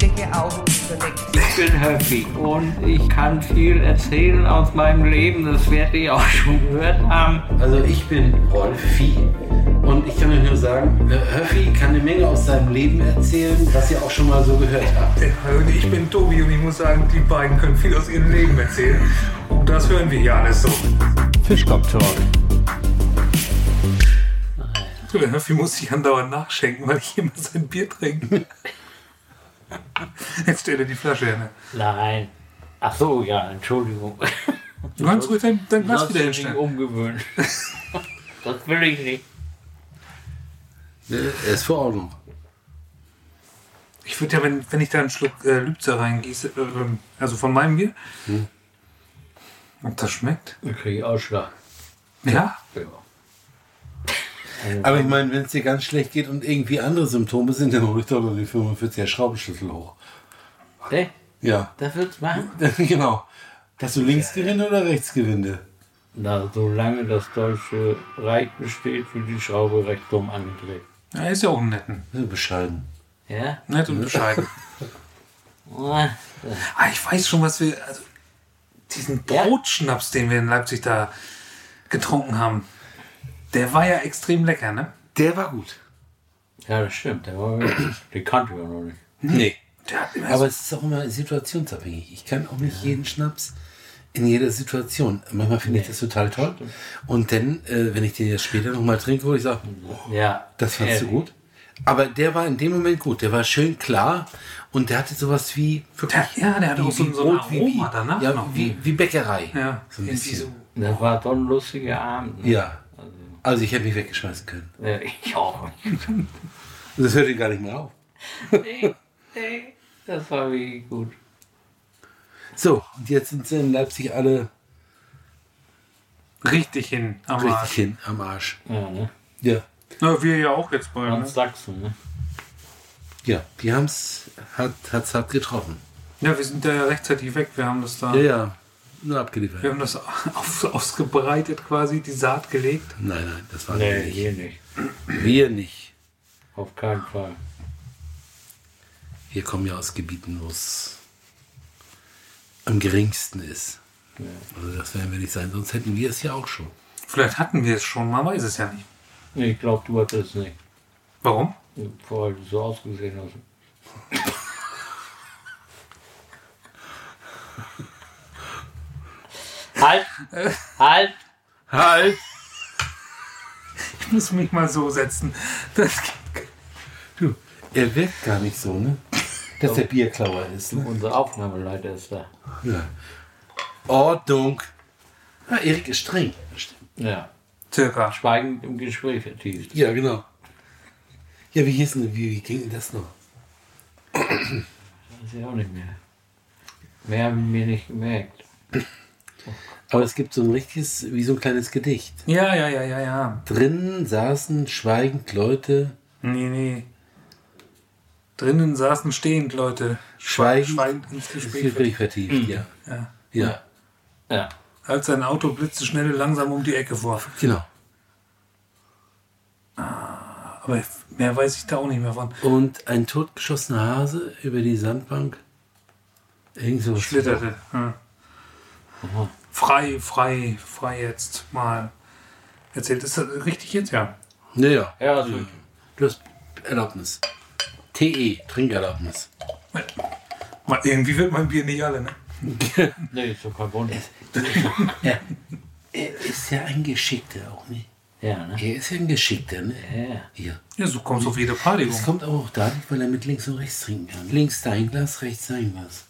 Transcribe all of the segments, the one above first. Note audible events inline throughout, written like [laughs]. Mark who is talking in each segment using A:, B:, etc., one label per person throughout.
A: Decke auf, zunächst.
B: Ich bin happy und ich kann viel erzählen aus meinem Leben. Das werdet ihr auch schon gehört haben.
C: Also ich bin Rolfi und ich kann euch nur sagen, äh, Höffi kann eine Menge aus seinem Leben erzählen, was ihr auch schon mal so gehört habt.
D: Und ich bin Tobi und ich muss sagen, die beiden können viel aus ihrem Leben erzählen. Und das hören wir hier alles so.
E: Fischkopf Talk.
D: Der Höffi muss sich andauernd nachschenken, weil ich immer sein Bier
E: [laughs]
D: trinke. Jetzt stell dir die Flasche her. Ne?
B: Nein. Ach so, ja, Entschuldigung.
D: Du kannst ruhig dein, dein Glas wieder
B: ich mich
D: hinstellen.
B: umgewöhnt. Das will ich nicht.
C: Ne? Er ist vor Ordnung.
D: Ich würde ja, wenn, wenn ich da einen Schluck äh, Lübzer reingieße, äh, ähm, also von meinem Bier,
C: Hm.
D: ob das schmeckt?
B: Dann kriege ich Ausschlag.
D: Ja.
B: Ja.
C: Aber ich meine, wenn es dir ganz schlecht geht und irgendwie andere Symptome sind, dann hol ich doch noch die 45er Schraubenschlüssel hoch. [laughs]
B: Ne?
C: Ja,
B: Das wird's machen.
C: genau. Hast du Linksgewinde oder Rechtsgewinde?
B: Na, solange das Deutsche Reich besteht, wird die Schraube recht dumm angedreht.
D: ja. Ist ja auch ein netten.
C: So bescheiden.
B: Ja?
D: Nett und
C: [laughs]
D: bescheiden. Ah, ich weiß schon, was wir. Also, diesen
B: Ja.
D: Brotschnaps, den wir in Leipzig da getrunken haben, der war ja extrem lecker, ne?
C: Der war gut.
B: Ja, das stimmt. Der war wirklich, den kannte ich auch noch nicht.
C: Nee.
D: Der hat immer
C: Aber es ist auch immer situationsabhängig. Ich kann auch nicht jeden Schnaps in jeder Situation. Manchmal finde ich das total toll. Und dann, äh, wenn ich den jetzt später nochmal trinke, wo ich sage,
B: Ja.
C: das fandst du
B: ehrlich.
C: gut. Aber der war in dem Moment gut. Der war schön klar und der hatte sowas wie wirklich.
D: Der- ja, der hatte
C: wie,
D: auch so-
C: wie
D: so ein
C: Brot, wie-
D: Aroma
C: wie,
D: danach
C: ja,
D: noch.
C: Wie, wie Bäckerei.
D: Ja,
C: so ein
D: irgendwie
C: bisschen.
D: so.
B: Das war doch ein lustiger Abend. Ne?
C: Ja. Also ich hätte mich weggeschmeißen können.
B: Ja, Ich auch nicht.
C: Und Das hörte gar nicht mehr auf.
B: Nee, nee, das war wirklich gut.
C: So, und jetzt sind sie in Leipzig alle
D: richtig hin am
C: richtig
D: Arsch.
C: hin am Arsch.
B: Ja, ne?
C: Ja.
D: Na, wir ja auch jetzt bald.
B: Ganz
D: Ne?
B: Sachsen, ne?
C: Ja, die haben es hat, hat's hart getroffen.
D: Ja, wir sind da rechtzeitig weg. Wir haben das da.
C: Ja, ja. Nur abgeliefert.
D: Wir haben das [laughs] auf, ausgebreitet quasi, die Saat gelegt.
C: Nein, nein, das war
B: Nee,
C: nicht.
B: hier nicht.
C: Wir nicht.
B: Auf keinen Fall.
C: Wir kommen ja aus Gebieten, wo es am geringsten ist. Also das werden wir nicht sein, sonst hätten wir es ja auch schon.
D: Vielleicht hatten wir es schon, man weiß es ja nicht.
B: Nee, ich glaube, du hattest es nicht.
D: Warum? [laughs]
B: Vor allem so ausgesehen hast. Halt! Halt!
C: Halt!
D: Ich muss mich mal so setzen. Das geht.
C: Du, er wirkt gar nicht so, ne? Dass der Bierklauer ist, ne?
B: Unser Aufnahmeleiter ist da.
C: Ja. Ordnung. Ja, Ah, Erik ist streng. Das stimmt.
B: Ja.
D: Circa.
B: Schweigend im Gespräch vertieft.
C: Ja, genau. Ja, wie hieß denn, wie, wie ging denn das noch?
B: Weiß ich auch nicht mehr. Mehr haben wir nicht gemerkt.
C: Aber es gibt so ein richtiges, wie so ein kleines Gedicht.
D: Ja, ja, ja, ja, ja.
C: Drinnen saßen schweigend Leute,
D: Nee, nee. Drinnen saßen stehend Leute.
C: schweigend,
D: Schweigend ins
C: Gespräch,
D: Gespräch.
C: vertieft, Mhm. ja.
D: Ja.
C: Ja,
B: Ja.
D: Als sein Auto blitzte schnell langsam um die Ecke vor.
C: genau.
D: Aber mehr weiß ich da auch nicht mehr von.
C: Und ein totgeschossener Hase über die Sandbank. Irgend so
D: Schlitterte. Ja. Hm. Frei, frei, frei jetzt mal. Erzählt, ist das richtig jetzt? Ja.
C: Naja,
B: Ja, also,
C: du hast Erlaubnis. TE, Trinkerlaubnis.
D: Mal, irgendwie wird mein Bier nicht alle, ne?
B: nee, ist doch kein Wunder.
C: Ja. Er ist ja ein Geschickter auch nicht.
B: Ja, ne?
C: Er ist ja ein Geschickter, ne?
B: Ja.
C: Ja.
D: Ja, so kommst du auf jede Party
C: Es
D: rum.
C: kommt aber auch dadurch, weil er mit links und rechts trinken kann. Links dein Glas, rechts sein Glas.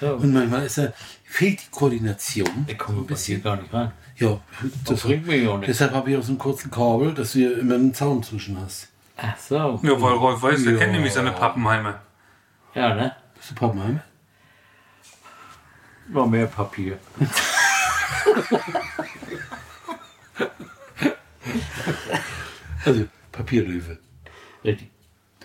B: So.
C: Und manchmal ist er, fehlt die Koordination.
B: Ich komme
C: ein
B: bei dir
C: bisschen.
B: gar nicht rein.
C: Ja,
B: Das bringt mich auch nicht.
C: Deshalb habe ich auch so einen kurzen Kabel, dass du hier immer einen Zaun zwischen hast.
B: Ach so.
D: Ja, weil Rolf weiß, der
C: Ja.
D: kennt nämlich seine Pappenheime.
B: Ja, ne?
C: Bist du Pappenheim?
B: Noch mehr Papier.
C: Also Papierlöwe.
B: Richtig.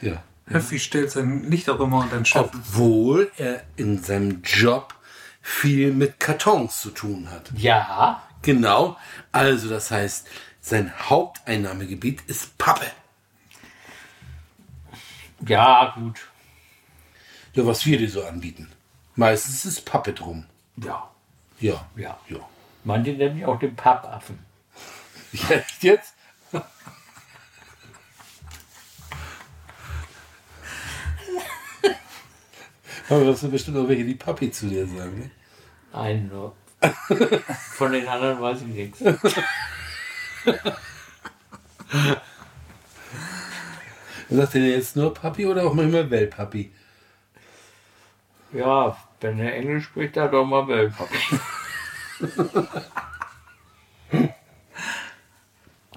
C: Ja.
D: Höffi stellt sein Licht auch immer unter den Schopf.
C: Obwohl er in seinem Job viel mit Kartons zu tun hat.
B: Ja.
C: Genau. Also das heißt, sein Haupteinnahmegebiet ist Pappe.
B: Ja, gut.
C: Ja, was wir dir so anbieten. Meistens ist Pappe drum.
B: Ja,
C: Ja.
B: ja.
C: Ja. [laughs]
B: Manche nennen mich auch den Pappaffen.
C: Jetzt? jetzt? [laughs] Aber das sind bestimmt auch welche, die Papi zu dir sagen. Ne?
B: Nein, [laughs] nur. Von den anderen weiß ich nichts.
C: Sagt ihr denn jetzt nur Papi oder auch manchmal Wellpapi?
B: Ja, wenn er Englisch spricht, dann doch mal Wellpapi.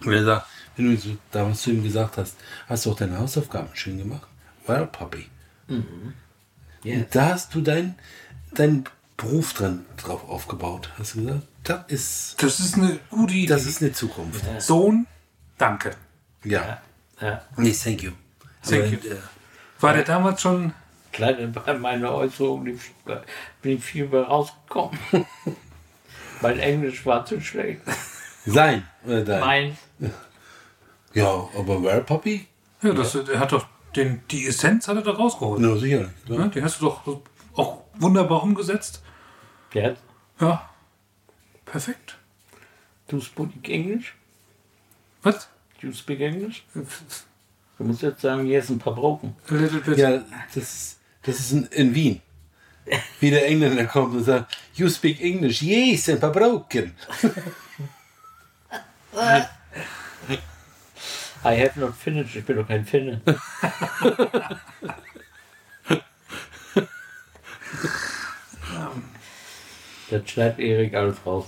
C: Und er sagt, wenn du so damals zu ihm gesagt hast, hast du auch deine Hausaufgaben schön gemacht? Well, Papi.
B: Mhm.
C: Und da hast du deinen dein Beruf dran, drauf aufgebaut. Hast du gesagt, das ist,
D: Das ist eine gute Idee.
C: das ist eine Zukunft.
D: Sohn, danke.
C: Ja.
B: Ja.
C: Nee, thank you.
D: Thank you.
C: äh,
D: War der damals schon
B: Kleine, bei meiner Äußerung bin ich- bin ich viel mehr rausgekommen. [laughs] mein Englisch war zu schlecht.
C: Sein oder dein?
B: Mein,
C: Ja, aber Well, Papi?
D: Ja, das, der hat doch den, die Essenz hat er da rausgeholt.
C: Na, sicher. Klar.
D: Ne? Die hast du doch auch wunderbar umgesetzt.
B: jetzt,
D: Ja, perfekt.
B: du speak Englisch?
D: Was?
B: You speak English? Du musst jetzt sagen, hier ist ein paar Broken.
D: A little bit.
C: Ja, das, das ist in, in
B: [laughs]
C: Wien. Wie der Engländer kommt und sagt, you speak English, yes, ein paar Broken.
B: I have not finished, ich bin doch kein Finne. Dann schneidet Erik alles raus.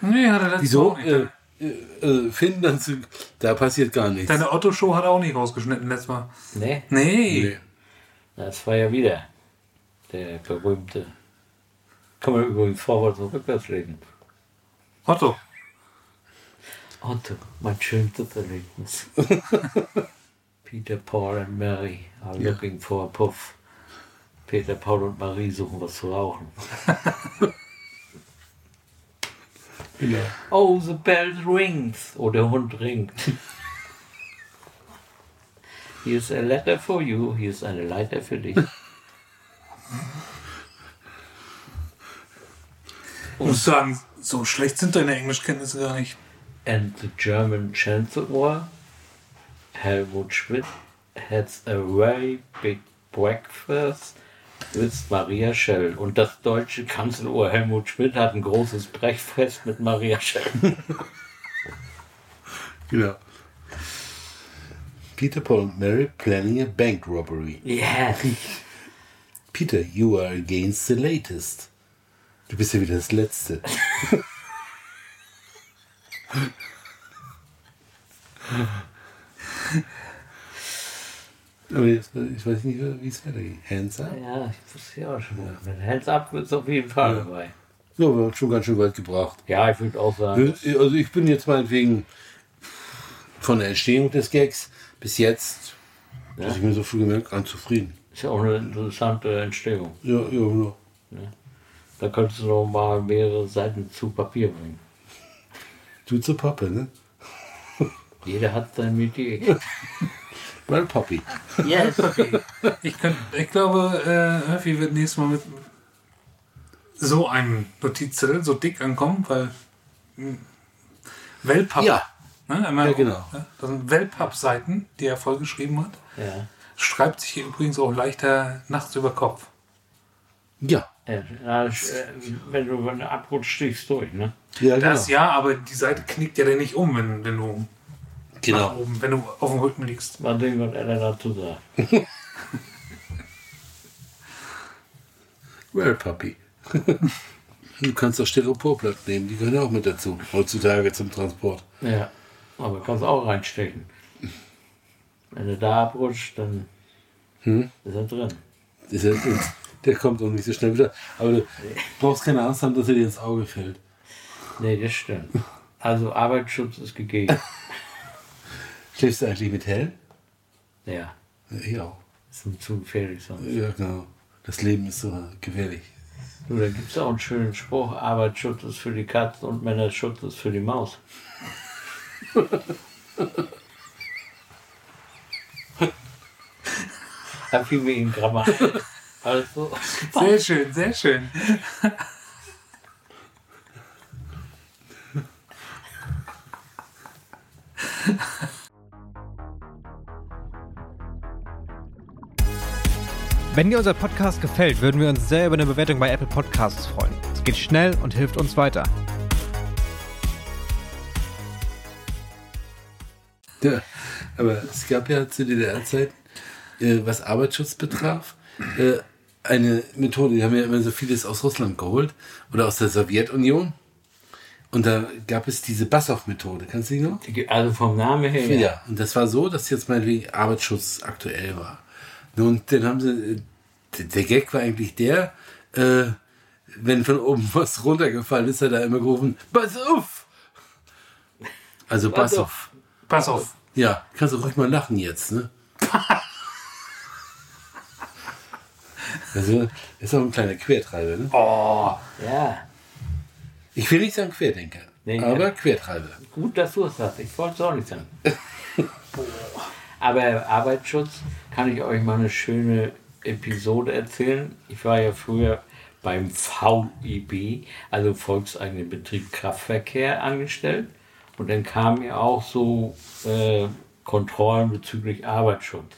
D: Nee, hat er letztes
C: Wieso?
D: Mal auch
C: Äh,
D: nicht.
C: äh, äh, Finn, dann zu, da passiert gar nichts.
D: Deine Otto-Show hat er auch nicht rausgeschnitten letztes Mal.
B: Ne?
D: Nee.
C: Nee.
B: Das war ja wieder der berühmte. Kann man übrigens vorwärts und rückwärts reden.
D: Otto.
B: Otto, mein schönstes Erlebnis. Peter, Paul und Mary are looking for a puff. Peter, Paul und Marie suchen was zu rauchen.
C: Genau.
B: Oh, the bell rings. Oh, der Hund ringt. Here's a letter for you. Hier ist eine Leiter für dich.
D: Ich muss sagen, so schlecht sind deine Englischkenntnisse gar nicht.
B: and the German Chancellor Helmut Schmidt has a very big breakfast with Maria Schell. Und das deutsche Kanzlerohr Helmut Schmidt hat ein großes Brechfest mit Maria Schell.
C: Genau. Peter, Paul und Mary planning a bank robbery.
B: Yeah.
C: Peter, you are against the latest. Du bist ja wieder das Letzte. [laughs] Aber jetzt, ich weiß nicht, wie es weitergeht. Hands up?
B: Ja, ich wusste ja auch schon. Wenn Hands up wird es auf jeden Fall dabei.
C: Ja, wir haben schon ganz schön weit gebracht.
B: Ja, ich würde auch sagen,
C: Also ich bin jetzt meinetwegen von der Entstehung des Gags bis jetzt, dass ich mir so viel gemerkt habe, ganz zufrieden.
B: ist ja auch eine interessante Entstehung.
C: Ja, ja, genau. ja.
B: Da könntest du noch mal mehrere Seiten zu Papier bringen.
C: Du zur Pappe, ne?
B: Jeder hat sein Metier.
C: Weil Papi.
B: Yes.
D: Ich, könnt, ich glaube, äh, Höffi wird nächstes Mal mit so einem Notizzettel so dick ankommen, weil. mh, Wellpapp.
C: Ja.
D: Ne, einmal,
C: Ja, genau.
D: Ne, das sind Wellpapp-Seiten, die er vollgeschrieben hat.
B: Ja.
D: Schreibt sich hier übrigens auch leichter nachts über Kopf.
C: Ja.
B: Ja, na, das, äh, wenn du wenn du abrutscht, stichst du durch, ne?
C: Ja, genau.
D: Das ja, aber die Seite knickt ja dann nicht um, wenn, wenn, du, nach
C: genau.
D: oben, wenn du auf dem Rücken liegst.
B: Mal sehen, was er dazu sagt.
C: Well, Papi. [laughs] du kannst auch Styroporplatten nehmen, die gehören ja auch mit dazu. Heutzutage zum Transport.
B: Ja. Aber kannst auch reinstecken. Wenn du da abrutscht, dann ist er drin.
C: Das ist ja- der kommt auch nicht so schnell wieder. Aber du brauchst keine Angst haben, dass er dir ins Auge fällt.
B: Nee, das stimmt. Also Arbeitsschutz ist gegeben.
C: Schläfst du eigentlich mit hell?
B: ja.
C: Ja, ich auch.
B: Ist ein zu gefährlich sonst.
C: Ja, genau. Das Leben ist so gefährlich.
B: Du, da gibt es auch einen schönen Spruch, Arbeitsschutz ist für die Katze und Männerschutz ist für die Maus. [laughs] Hab ich mir in Grammar. Also,
D: Sehr schön, sehr schön.
E: Wenn dir unser Podcast gefällt, würden wir uns sehr über eine Bewertung bei Apple Podcasts freuen. Es geht schnell und hilft uns weiter.
C: Ja, aber es gab ja zu DDR-Zeiten, äh, was Arbeitsschutz betraf, äh, eine Methode. Die haben ja immer so vieles aus Russland geholt oder aus der Sowjetunion. Und da gab es diese Bassow-Methode. Kannst du die noch?
B: also vom Namen her.
C: Ja. und das war so, dass jetzt meinetwegen Arbeitsschutz aktuell war. Nun, dann haben sie, äh, d- der Gag war eigentlich der, äh, wenn von oben [laughs] was runtergefallen ist, hat er immer gerufen, Pass auf! Also Pass
B: auf.
C: auf.
D: Pass auf.
C: Ja, kannst du ruhig mal lachen jetzt, ne? also, ist auch ein kleiner Quertreiber, ne?
B: Oh. ja.
C: Ich will nicht sagen Querdenker,
B: Nee,
C: aber
B: ja.
C: Quertreiber.
B: Gut, dass du es sagst. Ich wollte es auch nicht sagen. Aber Arbeitsschutz kann ich euch mal eine schöne Episode erzählen. Ich war ja früher beim VEB, also Volkseigenen Betrieb Kraftverkehr, angestellt. Und dann kamen ja auch so äh, Kontrollen bezüglich Arbeitsschutz.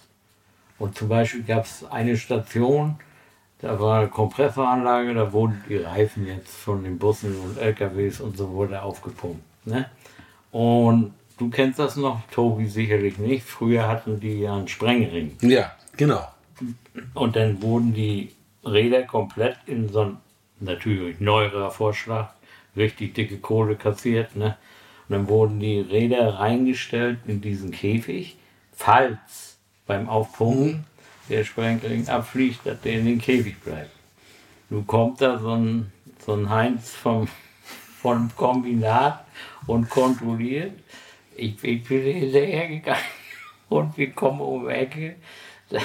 B: Und zum Beispiel gab es eine Station, da war eine Kompressoranlage, da wurden die Reifen jetzt von den Bussen und LKWs und so wurde aufgepumpt. Ne? Und du kennst das noch, Tobi sicherlich nicht. Früher hatten die ja einen Sprengring.
C: Ja, genau.
B: Und dann wurden die Räder komplett in so ein, natürlich neuerer Vorschlag, richtig dicke Kohle kassiert, ne? Und dann wurden die Räder reingestellt in diesen Käfig, falls beim Aufpumpen der Sprengring abfliegt, dass der in den Käfig bleibt. Nun kommt da so ein, so ein Heinz vom, [laughs] vom Kombinat und kontrolliert. Ich, ich bin hinterhergegangen [laughs] und wir kommen um die Ecke. Da-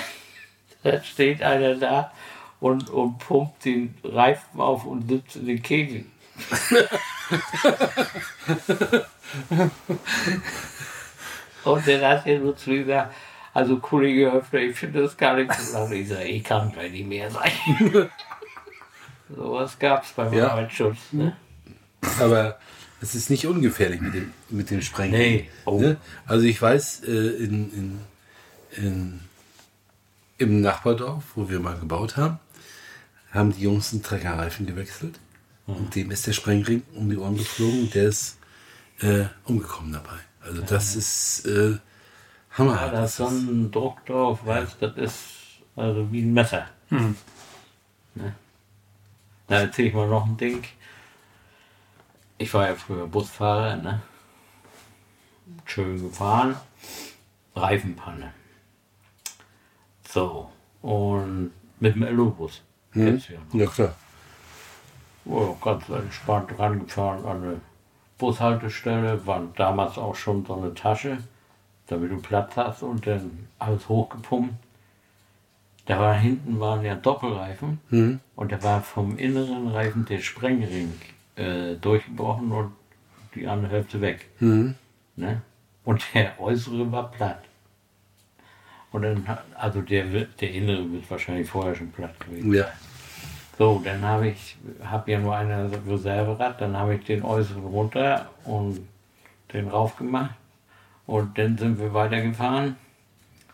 B: da steht einer da und, und pumpt den Reifen auf und sitzt in den Kegel. und dann hat er so zu mir gesagt, also Kollege Höfner, ich finde das gar nicht so lange. Ich sage, ich kann gleich nicht mehr sein. Sowas gab es beim
C: Ja.
B: Arbeitsschutz. Ne?
C: Aber es ist nicht ungefährlich mit dem, mit dem Sprengen.
B: Nee. Oh.
C: Ne? Also ich weiß, äh, in, in, in, im Nachbardorf, wo wir mal gebaut haben, haben die Jungs einen Treckerreifen gewechselt.
B: Mhm.
C: Und dem ist der Sprengring um die Ohren geflogen und der ist äh, umgekommen dabei. Also das ist äh,
B: Ja,
C: hammerhart.
B: da ist so ein Druck drauf, weißt das ist also wie ein Messer. Ne? Da erzähle ich mal noch ein Ding. Ich war ja früher Busfahrer, ne? Schön gefahren. Reifenpanne. So. Und mit dem Elobus. Kennst du ja.
C: ja klar.
B: Oh, ganz entspannt rangefahren an eine Bushaltestelle, war damals auch schon so eine Tasche, damit du Platz hast und dann alles hochgepumpt. Da war hinten waren ja Doppelreifen und da war vom inneren Reifen der Sprengring äh, durchgebrochen und die andere Hälfte weg. Ne? Und der äußere war platt. Und dann, hat- also der, wird- der innere wird wahrscheinlich vorher schon platt gewesen.
C: Ja.
B: So, dann habe ich, habe ja nur ein Reserverad, dann habe ich den äußeren runter und den rauf gemacht. Und dann sind wir weitergefahren.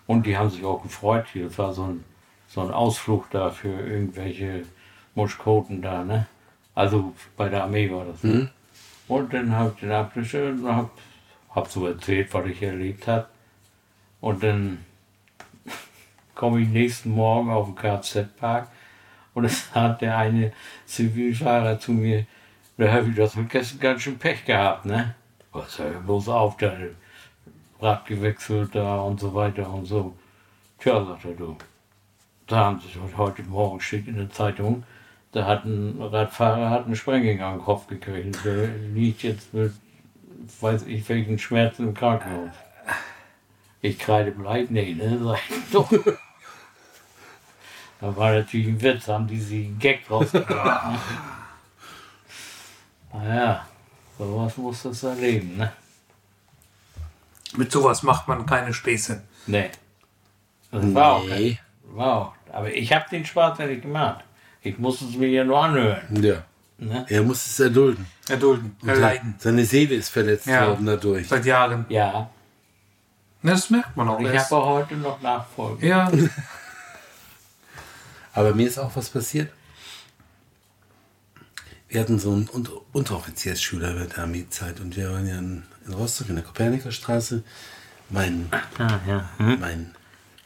B: Und die haben sich auch gefreut hier. Es war so ein, so ein Ausflug da für irgendwelche Muschkoten da, ne? Also bei der Armee war das. ne? Und dann habe ich den abgeschüttelt und habe hab so erzählt, was ich erlebt habe. Und dann [laughs] komme ich nächsten Morgen auf den KZ-Park und es hat der eine Zivilfahrer zu mir, da habe ich das mit gestern ganz schön Pech gehabt, ne? Was hör bloß auf, da Rad gewechselt da und so weiter und so. Tja, sagt er du. Da haben sie schon heute Morgen steht in der Zeitung, da hat ein Radfahrer hat einen Sprenging am Kopf gekriegt. Der liegt jetzt mit weiß ich welchen Schmerzen im Krankenhaus. Ich kreide bleib, nee, ne? [laughs] Sag ich, doch. Da war natürlich ein Witz, haben die sie einen Gag rausgebracht. [laughs] ne? naja, sowas muss das erleben, ne?
D: Mit sowas macht man keine Späße.
B: Nee. Das war auch kein,
C: Nee.
B: Wow. Aber ich habe den Spaß ja nicht gemacht. Ich musste es mir ja nur anhören.
C: Ja.
B: Ne?
C: Er muss es erdulden.
D: Erdulden, erleiden.
C: Seine Seele ist verletzt
D: Ja.
C: worden dadurch.
D: Seit Jahren.
B: Ja.
D: Na, Das merkt man auch
B: Ich
D: erst.
B: habe auch heute noch Nachfolge.
D: Ja,
C: Aber mir ist auch was passiert. Wir hatten so einen Unter Unteroffiziersschüler während der Armeezeit und wir waren ja in, in Rostock in der Kopernikerstraße. Mein, mein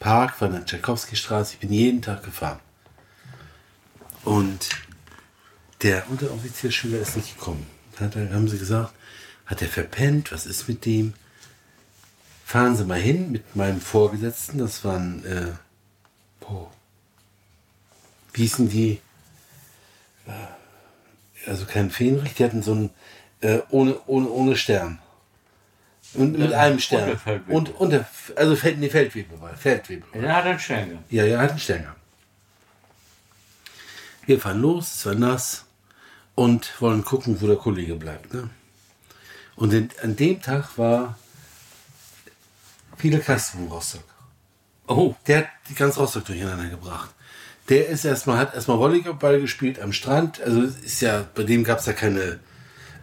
C: Park war in der Tchaikovsky-Straße. Ich bin jeden Tag gefahren. Und der Unteroffiziersschüler ist nicht gekommen. Dann hat er, haben sie gesagt, hat er verpennt, was ist mit dem? Fahren Sie mal hin mit meinem Vorgesetzten, das waren, äh, boah, wie hießen die? Äh, Also kein Fähnrich, die hatten so einen äh, ohne, ohne, ohne Stern. Und mit einem Stern.
B: ohne Feldwebel.
C: Und unter, also Feld, nee, Feldwebel war. Feldwebel.
B: Den hat er schnell gemacht.
C: Ja, halt ja, hat einen Ständer. Wir fahren los, es war nass und wollen gucken, wo der Kollege bleibt. Ne? Und in, an dem Tag war viele Kasten in Rostock.
B: Oh,
C: Der hat die ganz Rostock durcheinander gebracht. Der ist erstmal, hat erstmal Volleyball gespielt am Strand. Also es ist ja, bei dem gab es ja keine,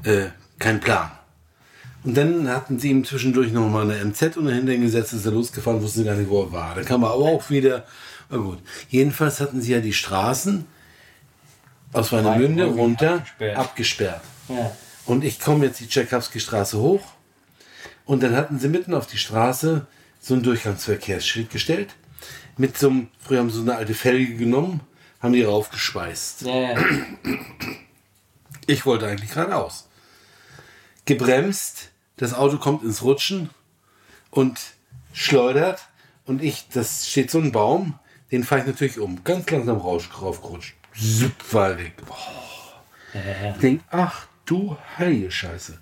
C: äh, keinen Plan. Und dann hatten sie ihm zwischendurch nochmal eine MZ unter Hintern gesetzt, ist er losgefahren, wussten gar nicht, wo er war. Dann kam er aber auch wieder. Na gut. Jedenfalls hatten sie ja die Straßen aus Warnemünde
B: Weinbrücken
C: runter
B: abgesperrt.
C: abgesperrt.
B: ja.
C: Und ich komme jetzt die Tschekowski-Straße hoch. Und dann hatten sie mitten auf die Straße so ein Durchgangsverkehrsschild gestellt. Mit so einem, früher haben sie so eine alte Felge genommen, haben die raufgespeist.
B: Ja,
C: Ich wollte eigentlich geradeaus. Gebremst, das Auto kommt ins Rutschen und schleudert. Und ich, das steht so ein Baum, den fahre ich natürlich um. Ganz langsam raus, raufgerutscht. Zup, war weg. Boah. Ich denke, ach du heilige Scheiße.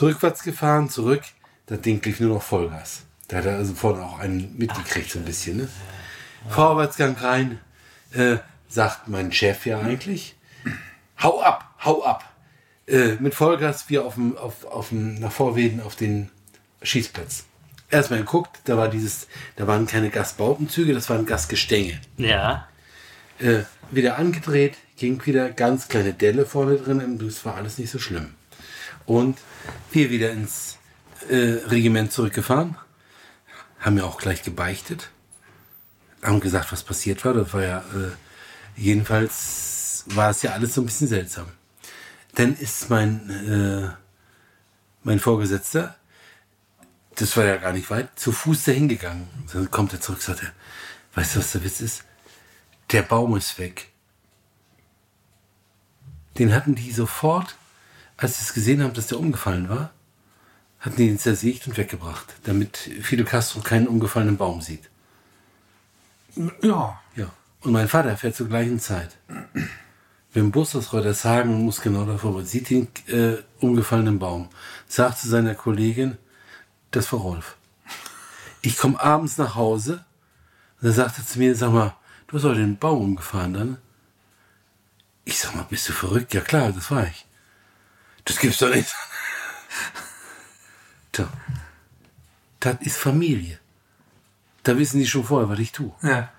C: Rückwärts gefahren, zurück. Das Ding lief nur noch Vollgas. Da hat er also vorne auch einen mitgekriegt, so ein bisschen. Ne? Vorwärtsgang rein, äh, sagt mein Chef ja eigentlich. Hau ab, hau ab. Äh, mit Vollgas wir auf dem, auf, auf dem, nach Vorweden auf den Schießplatz. Erstmal geguckt, da war dieses, da waren keine Gasbautenzüge, das waren Gasgestänge
B: ja.
C: äh, wieder angedreht, ging wieder ganz kleine Delle vorne drin, und das war alles nicht so schlimm. Und wir wieder ins äh, Regiment zurückgefahren, haben ja auch gleich gebeichtet, haben gesagt, was passiert war. Das war ja, äh, jedenfalls war es ja alles so ein bisschen seltsam. Dann ist mein, äh, mein Vorgesetzter, das war ja gar nicht weit, zu Fuß dahin gegangen. Dann kommt er zurück, sagt er, weißt du, was der Witz ist? Der Baum ist weg. Den hatten die sofort, als sie es gesehen haben, dass der umgefallen war, hatten die ihn zersägt und weggebracht, damit Fidel Castro keinen umgefallenen Baum sieht.
D: ja.
C: Ja. Und mein Vater fährt zur gleichen Zeit mit dem Bus aus Reutershagen und muss genau da vorbei. Sieht den äh, umgefallenen Baum, sagt zu seiner Kollegin, das war Rolf. Ich komme abends nach Hause und er sagt er zu mir, sag mal, du hast heute den Baum umgefahren dann. Ich sag mal, bist du verrückt? Ja klar, das war ich. Das gibt's doch nicht. [laughs] Tja, das ist Familie. Da wissen die schon vorher, was ich tue.
D: Ja,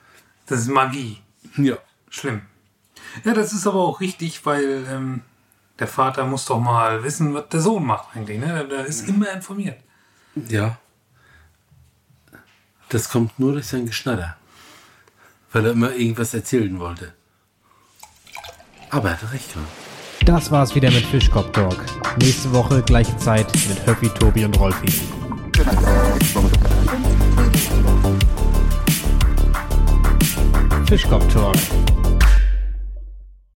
D: das ist Magie.
C: Ja.
D: Schlimm. Ja, das ist aber auch richtig, weil ähm, der Vater muss doch mal wissen, was der Sohn macht eigentlich. Ne? Der, der ist immer informiert.
C: Ja. Das kommt nur durch sein Geschnatter. Weil er immer irgendwas erzählen wollte. Aber er hat recht ne? gehabt.
E: Das war's wieder mit Fischkopf Talk. Nächste Woche gleiche Zeit mit Höppi, Tobi und Rolfi. Fischkopf Talk.